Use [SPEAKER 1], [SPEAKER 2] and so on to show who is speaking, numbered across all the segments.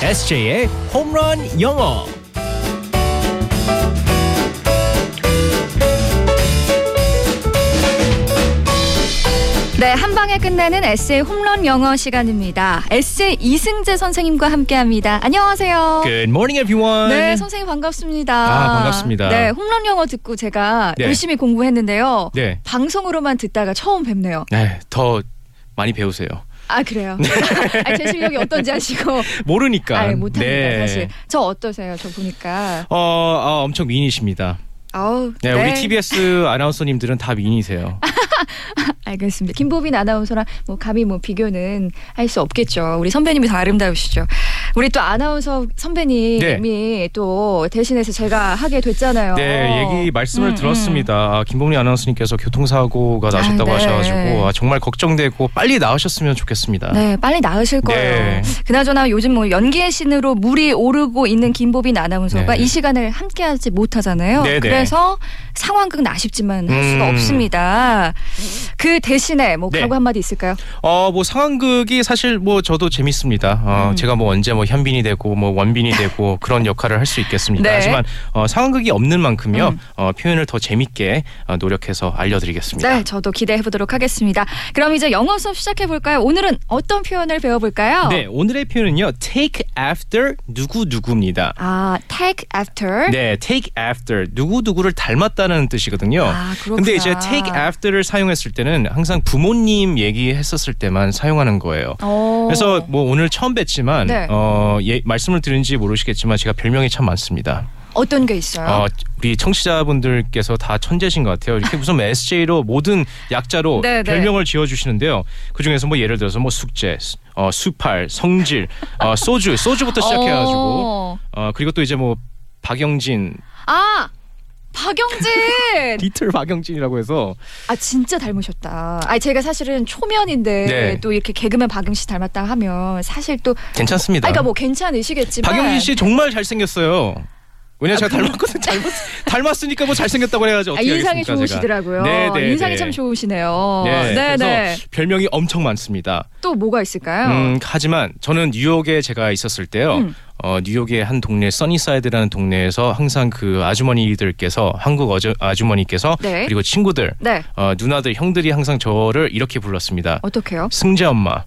[SPEAKER 1] SJ의 홈런 영어.
[SPEAKER 2] 네, 한 방에 끝내는 에세이 홈런 영어 시간입니다. 에세이 이승재 선생님과 함께합니다. 안녕하세요.
[SPEAKER 1] Good morning, everyone.
[SPEAKER 2] 네, 선생님 반갑습니다.
[SPEAKER 1] 아, 반갑습니다.
[SPEAKER 2] 네, 홈런 영어 듣고 제가
[SPEAKER 1] 네.
[SPEAKER 2] 열심히 공부했는데요.
[SPEAKER 1] 네.
[SPEAKER 2] 방송으로만 듣다가 처음 뵙네요.
[SPEAKER 1] 네, 더 많이 배우세요.
[SPEAKER 2] 아, 그래요? 아, 제 실력이 어떤지 아시고.
[SPEAKER 1] 모르니까.
[SPEAKER 2] 아, 못합니다,
[SPEAKER 1] 네.
[SPEAKER 2] 사실. 저 어떠세요? 저 보니까.
[SPEAKER 1] 어, 아, 엄청 미인이십니다.
[SPEAKER 2] 아우,
[SPEAKER 1] 네, 우리 TBS 아나운서님들은 다 미인이세요.
[SPEAKER 2] 알겠습니다. 김보빈 아나운서랑 뭐 감히 뭐 비교는 할 수 없겠죠. 우리 선배님이 더 아름다우시죠. 우리 또 아나운서 선배님이 또 대신해서 제가 하게 됐잖아요.
[SPEAKER 1] 네, 얘기 말씀을
[SPEAKER 2] 음,
[SPEAKER 1] 들었습니다. 아, 김봉리 아나운서님께서 교통사고가 나셨다고
[SPEAKER 2] 아, 네.
[SPEAKER 1] 하셔가지고 아, 정말 걱정되고 빨리 나으셨으면 좋겠습니다.
[SPEAKER 2] 음. 네, 빨리 나으실 거예요.
[SPEAKER 1] 네.
[SPEAKER 2] 그나저나 요즘 뭐 연기의 신으로 물이 오르고 있는 김보빈 아나운서가
[SPEAKER 1] 네.
[SPEAKER 2] 이 시간을 함께하지 못하잖아요.
[SPEAKER 1] 네, 네.
[SPEAKER 2] 그래서 상황극은 아쉽지만 할 수가
[SPEAKER 1] 음.
[SPEAKER 2] 없습니다. 그 대신에 뭐
[SPEAKER 1] 네.
[SPEAKER 2] 각오 한마디 있을까요?
[SPEAKER 1] 어, 뭐 상황극이 사실 뭐 저도 재밌습니다. 어,
[SPEAKER 2] 음.
[SPEAKER 1] 제가 뭐 언제 뭐 현빈이 되고 뭐 원빈이 되고 그런 역할을 할 수 있겠습니다.
[SPEAKER 2] 네.
[SPEAKER 1] 하지만 어, 상황극이 없는 만큼요
[SPEAKER 2] 음.
[SPEAKER 1] 어, 표현을 더 재밌게 어, 노력해서 알려드리겠습니다.
[SPEAKER 2] 네, 저도 기대해 보도록 하겠습니다. 그럼 이제 영어 수업 시작해 볼까요? 오늘은 어떤 표현을 배워 볼까요?
[SPEAKER 1] 네, 오늘의 표현은요. take after 누구 누구입니다.
[SPEAKER 2] 아, take after.
[SPEAKER 1] 네, take after 누구 누구를 닮았다는 뜻이거든요.
[SPEAKER 2] 아, 그렇구나.
[SPEAKER 1] 어. 근데 이제 take after를 사용했을 때는 항상 부모님 얘기했었을 때만 사용하는 거예요.
[SPEAKER 2] 오.
[SPEAKER 1] 그래서 뭐 오늘 처음 뵀지만
[SPEAKER 2] 어. 네.
[SPEAKER 1] 어, 예, 말씀을 드린지 모르시겠지만 제가 별명이 참 많습니다.
[SPEAKER 2] 어떤 게 있어요?
[SPEAKER 1] 어, 우리 청취자분들께서 다 천재신 것 같아요. 이렇게 무슨 SJ로 모든 약자로
[SPEAKER 2] 네, 네.
[SPEAKER 1] 별명을 지어 주시는데요. 그 중에서 뭐 예를 들어서 뭐 숙제, 수- 어, 수팔, 성질, 어, 소주, 소주부터 시작해 가지고
[SPEAKER 2] 오.
[SPEAKER 1] 어, 그리고 또 이제 뭐 박영진,
[SPEAKER 2] 아, 박영진.
[SPEAKER 1] 리틀 박영진이라고 해서
[SPEAKER 2] 아, 진짜 닮으셨다. 아, 제가 사실은 초면인데
[SPEAKER 1] 네.
[SPEAKER 2] 또 이렇게 개그맨 박영 씨 닮았다 하면 사실 또
[SPEAKER 1] 괜찮습니다.
[SPEAKER 2] 아, 그러니까 뭐 괜찮으시겠지만
[SPEAKER 1] 박영진 씨 정말 잘생겼어요. 왜냐
[SPEAKER 2] 아,
[SPEAKER 1] 제가
[SPEAKER 2] 그래요?
[SPEAKER 1] 닮았거든 닮았, 닮았으니까 뭐 잘생겼다고 해야지
[SPEAKER 2] 아,
[SPEAKER 1] 어떻게
[SPEAKER 2] 인상이
[SPEAKER 1] 하겠습니까, 제가.
[SPEAKER 2] 좋으시더라고요.
[SPEAKER 1] 네, 네,
[SPEAKER 2] 인상이
[SPEAKER 1] 네.
[SPEAKER 2] 참 좋으시네요.
[SPEAKER 1] 네,
[SPEAKER 2] 네,
[SPEAKER 1] 그래서
[SPEAKER 2] 네.
[SPEAKER 1] 별명이 엄청 많습니다.
[SPEAKER 2] 또 뭐가 있을까요?
[SPEAKER 1] 음, 하지만 저는 뉴욕에 제가 있었을 때요.
[SPEAKER 2] 음.
[SPEAKER 1] 어, 뉴욕의 한 동네 써니사이드라는 동네에서 항상 그 아주머니들께서 한국 어저, 아주머니께서
[SPEAKER 2] 네.
[SPEAKER 1] 그리고 친구들
[SPEAKER 2] 네.
[SPEAKER 1] 어, 누나들 형들이 항상 저를 이렇게 불렀습니다.
[SPEAKER 2] 어떻게요?
[SPEAKER 1] 승재 엄마.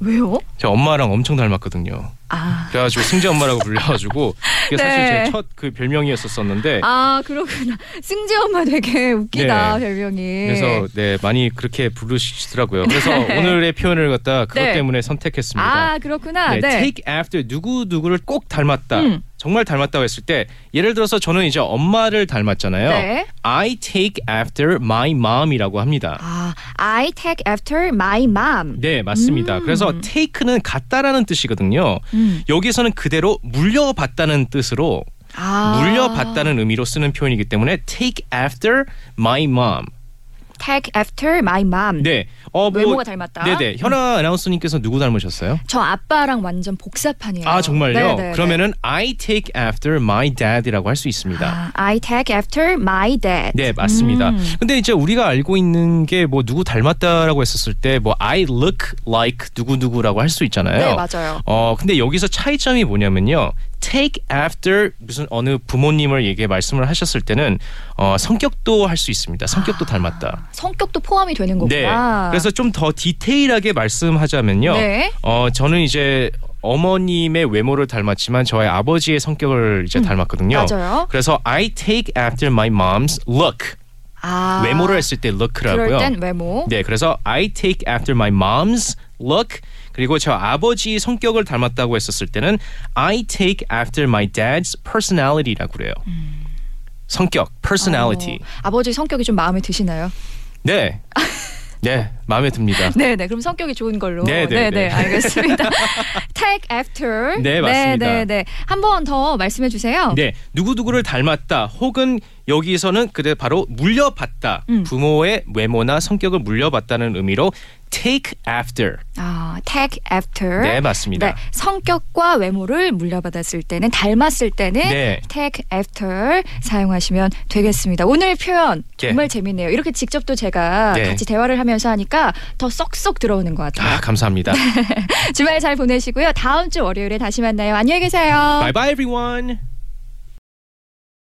[SPEAKER 2] 왜요?
[SPEAKER 1] 저 엄마랑 엄청 닮았거든요.
[SPEAKER 2] 아.
[SPEAKER 1] 그래가지고 승재 엄마라고 불려가지고 그게 사실
[SPEAKER 2] 네.
[SPEAKER 1] 제 첫 그 별명이었었었는데
[SPEAKER 2] 아 그렇구나 승재 엄마 되게 웃기다
[SPEAKER 1] 네.
[SPEAKER 2] 별명이
[SPEAKER 1] 그래서 네 많이 그렇게 부르시더라고요. 그래서 오늘의 표현을 갖다 그것
[SPEAKER 2] 네.
[SPEAKER 1] 때문에 선택했습니다.
[SPEAKER 2] 아 그렇구나
[SPEAKER 1] 네,
[SPEAKER 2] 네,
[SPEAKER 1] take after 누구 누구를 꼭 닮았다.
[SPEAKER 2] 음.
[SPEAKER 1] 정말 닮았다고 했을 때 예를 들어서 저는 이제 엄마를 닮았잖아요.
[SPEAKER 2] 네.
[SPEAKER 1] I take after my mom이라고 합니다.
[SPEAKER 2] 아 I take after my mom
[SPEAKER 1] 네, 맞습니다.
[SPEAKER 2] 음.
[SPEAKER 1] 그래서 take는 같다라는 뜻이거든요.
[SPEAKER 2] 음.
[SPEAKER 1] 여기서는 그대로 물려받다는 뜻으로
[SPEAKER 2] 아.
[SPEAKER 1] 물려받다는 의미로 쓰는 표현이기 때문에 take after my mom.
[SPEAKER 2] take after my mom
[SPEAKER 1] 네. 어, 뭐-
[SPEAKER 2] 외모가 닮았다 음.
[SPEAKER 1] 네네. 현아 아나운서님께서 누구 닮으셨어요?
[SPEAKER 2] 저 아빠랑 완전 복사판이에요
[SPEAKER 1] 아 정말요?
[SPEAKER 2] 네네네.
[SPEAKER 1] 그러면은 I take after my dad이라고 할 수 있습니다.
[SPEAKER 2] 아, I take after my dad
[SPEAKER 1] 네 맞습니다.
[SPEAKER 2] 음.
[SPEAKER 1] 근데 이제 우리가 알고 있는 게 뭐 누구 닮았다라고 했었을 때 뭐 I look like 누구 누구라고 할 수 있잖아요.
[SPEAKER 2] 네 맞아요
[SPEAKER 1] 어 근데 여기서 차이점이 뭐냐면요. Take after 무슨 어느 부모님을 얘기해 말씀을 하셨을 때는 어, 성격도 할 수 있습니다. 성격도
[SPEAKER 2] 아,
[SPEAKER 1] 닮았다.
[SPEAKER 2] 성격도 포함이 되는 거구나
[SPEAKER 1] 네. 그래서 좀 더 디테일하게 말씀하자면요.
[SPEAKER 2] 네.
[SPEAKER 1] 어 저는 이제 어머님의 외모를 닮았지만 저의 아버지의 성격을 이제 닮았거든요.
[SPEAKER 2] 음. 맞아요
[SPEAKER 1] 그래서 I take after my mom's look.
[SPEAKER 2] 아
[SPEAKER 1] 외모를 했을 때 look라고요.
[SPEAKER 2] 그럴 땐 외모
[SPEAKER 1] 네, 그래서 I take after my mom's look. 그리고 저 아버지 성격을 닮았다고 했었을 때는 I take after my dad's personality라고 그래요. 성격, personality.
[SPEAKER 2] 음. 어, 아버지 성격이 좀 마음에 드시나요?
[SPEAKER 1] 네. 네, 마음에 듭니다.
[SPEAKER 2] 네, 네. 그럼 성격이 좋은 걸로.
[SPEAKER 1] 네, 네,
[SPEAKER 2] 네,
[SPEAKER 1] 네.
[SPEAKER 2] 알겠습니다. Take after.
[SPEAKER 1] 네, 맞습니다.
[SPEAKER 2] 네, 네, 네. 한 번 더 말씀해 주세요.
[SPEAKER 1] 네, 누구누구를 닮았다 혹은 여기서는 그대 바로 물려받다.
[SPEAKER 2] 음.
[SPEAKER 1] 부모의 외모나 성격을 물려받다는 의미로 take after.
[SPEAKER 2] 아, tag after.
[SPEAKER 1] 네, 맞습니다.
[SPEAKER 2] 네, 성격과 외모를 물려받았을 때는 닮았을 때는
[SPEAKER 1] 네.
[SPEAKER 2] tag after 사용하시면 되겠습니다. 오늘 표현
[SPEAKER 1] 예.
[SPEAKER 2] 정말 재밌네요. 이렇게 직접 또 제가
[SPEAKER 1] 네.
[SPEAKER 2] 같이 대화를 하면서 하니까 더 쏙쏙 들어오는 것 같아요.
[SPEAKER 1] 아, 감사합니다.
[SPEAKER 2] 네. 주말 잘 보내시고요. 다음 주 월요일에 다시 만나요. 안녕히 계세요.
[SPEAKER 1] 아, bye bye everyone.